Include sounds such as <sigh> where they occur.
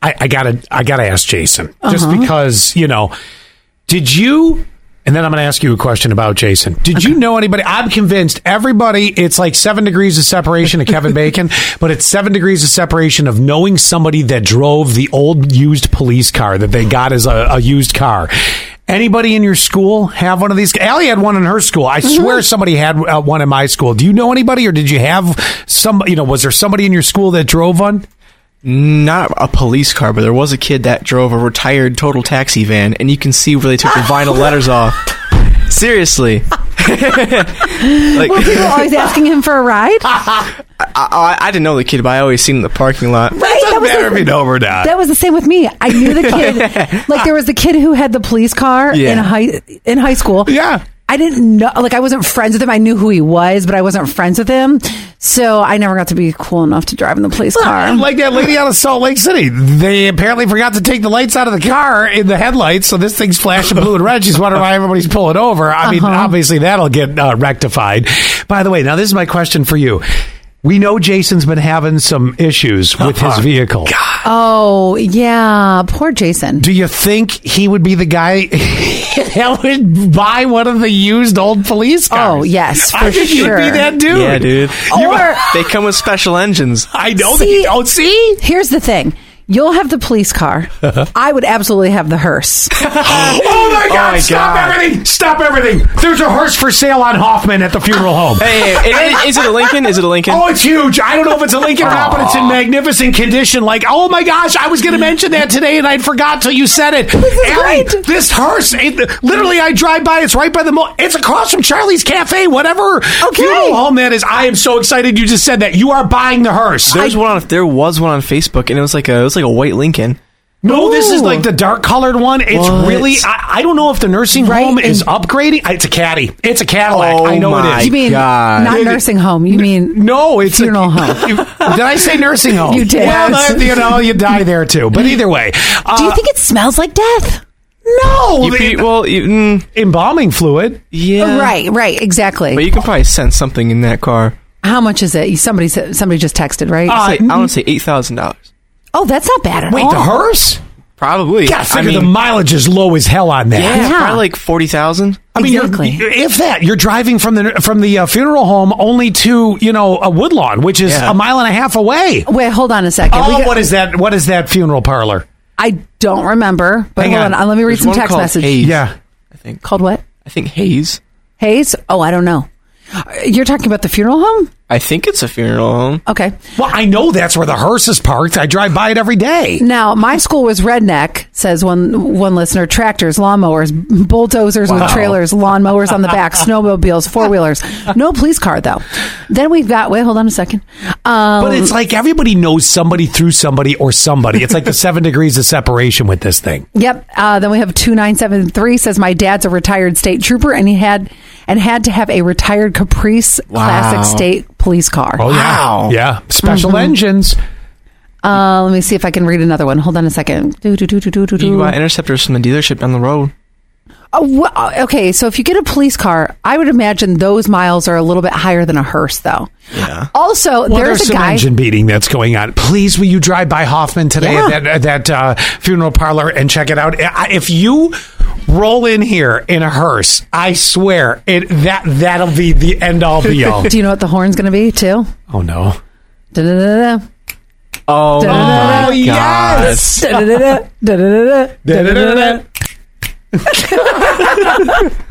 I, I gotta I gotta ask Jason just Uh-huh. because you know. Did you? And then I'm going to ask you a question about Jason. Did you know anybody? I'm convinced everybody. It's like seven degrees of separation of <laughs> Kevin Bacon, but it's seven degrees of separation of knowing somebody that drove the old used police car that they got as a, a used car. Anybody in your school have one of these? Allie had one in her school. I Mm-hmm. swear somebody had uh, one in my school. Do you know anybody, or did you have some? You know, was there somebody in your school that drove one? Not a police car, but there was a kid that drove a retired total taxi van, and you can see where they took the vinyl letters off. Seriously, <laughs> Were people always asking him for a ride? Ah, Right? I, I didn't know the kid, but I always seen him in the parking lot. That Doesn't was matter the- if you know him or not. That was the same with me. I knew <laughs> the kid. like there was the kid who had the police car Yeah. in high in high school. Yeah. I didn't know like I wasn't friends with him. I knew who he was, but I wasn't friends with him. So I never got to be cool enough to drive in the police car. Like that lady out of Salt Lake City. They apparently forgot to take the lights out of the car in the headlights, so this thing's flashing blue and red. She's wondering why everybody's pulling over. I Uh-huh. mean, obviously that'll get uh, rectified. By the way, now this is my question for you. We know Jason's been having some issues with his Uh-huh. vehicle. oh, yeah. Poor Jason. Do you think he would be the guy <laughs> that would buy one of the used old police cars? Oh, yes, I for think sure. you'd be that dude. Yeah, dude. You- Or- They come with special engines. I know. See- that, oh, see? Here's the thing. You'll have the police car. Uh-huh. I would absolutely have the hearse. Oh my God! my stop God. everything! Stop everything! There's a hearse for sale on Hoffman at the funeral home. Hey, i- i- is it a Lincoln? Is it a Lincoln? Oh, it's huge. I don't know if it's a Lincoln or not, but it's in magnificent condition. Like, oh my gosh, I was going to mention that today and I forgot till you said it. is Allie, great. this hearse, it, literally, I drive by. It's right by the mall. It's across from Charlie's Cafe, whatever funeral home that is. I am so excited you just said that. You are buying the hearse. There's one on. There was one on Facebook, and it was like a it was like a white Lincoln. No, this is Ooh. like the dark colored one. It's What? really. I, I don't know if the nursing Right, home is and- upgrading. It's a caddy. It's a Cadillac. Oh I know my it you is. mean God. not nursing home. You mean No, it's <laughs> Funeral a, home. did I say nursing home? You did. Well, there- you know, you die there too. But either way, uh, Do you think it smells like death? no You the pe- well, you, mm, embalming fluid? yeah, Right, right, exactly. But you can probably sense something in that car. How much is it? Somebody said- somebody just texted, right? Uh, Like, I want to say eight thousand dollars. oh, that's not bad at Wait, all. the hearse? Probably. God, I figure the mileage is low as hell on that. yeah, Yeah. probably like forty thousand. I mean, you're- Exactly. if that, you're driving from the from the uh, funeral home only to you know a woodlawn, which is Yeah. a mile and a half away. Wait, hold on a second. Oh, We got- what is that? What is that funeral parlor? I don't remember. But Hang hold on. on. uh, let me read There's some one text called message. Hayes. Yeah. Called what? I think Hayes. Hayes? Oh, I don't know. Uh, You're talking about the funeral home? I think it's a funeral home. Okay. Well, I know that's where the hearse is parked. I drive by it every day. Now, my school was redneck, says one one listener. Tractors, lawnmowers, bulldozers with trailers, lawnmowers on <laughs> the back, snowmobiles, four wheelers. No police car though. Then we've got. Wait, hold on a second. Um, But it's like everybody knows somebody through somebody or somebody. It's like <laughs> the seven degrees of separation with this thing. Yep. Uh, then we have two nine seven three says my dad's a retired state trooper and he had and had to have a retired Caprice classic state police car. Oh. Wow. Oh, Yeah. Special Mm-hmm. engines. Uh, let me see if I can read another one. Hold on a second. Do, do, do, do, do, do, You do. buy interceptors from the dealership down the road. Oh, wh- uh, okay, so if you get a police car, I would imagine those miles are a little bit higher than a hearse, though. Yeah. Also, Well, there's, there's, a some guy. engine beating that's going on. Please, will you drive by Hoffman today Yeah. at that, at that uh, funeral parlor and check it out? I- If you roll in here in a hearse, I swear it that that'll be the end all be <laughs> all. Do you know what the horn's going to be too? oh no. Da-da-da-da. Oh Da-da-da-da. Oh, my yes. gosh. Da-da-da-da. Da-da-da-da. Da-da-da-da.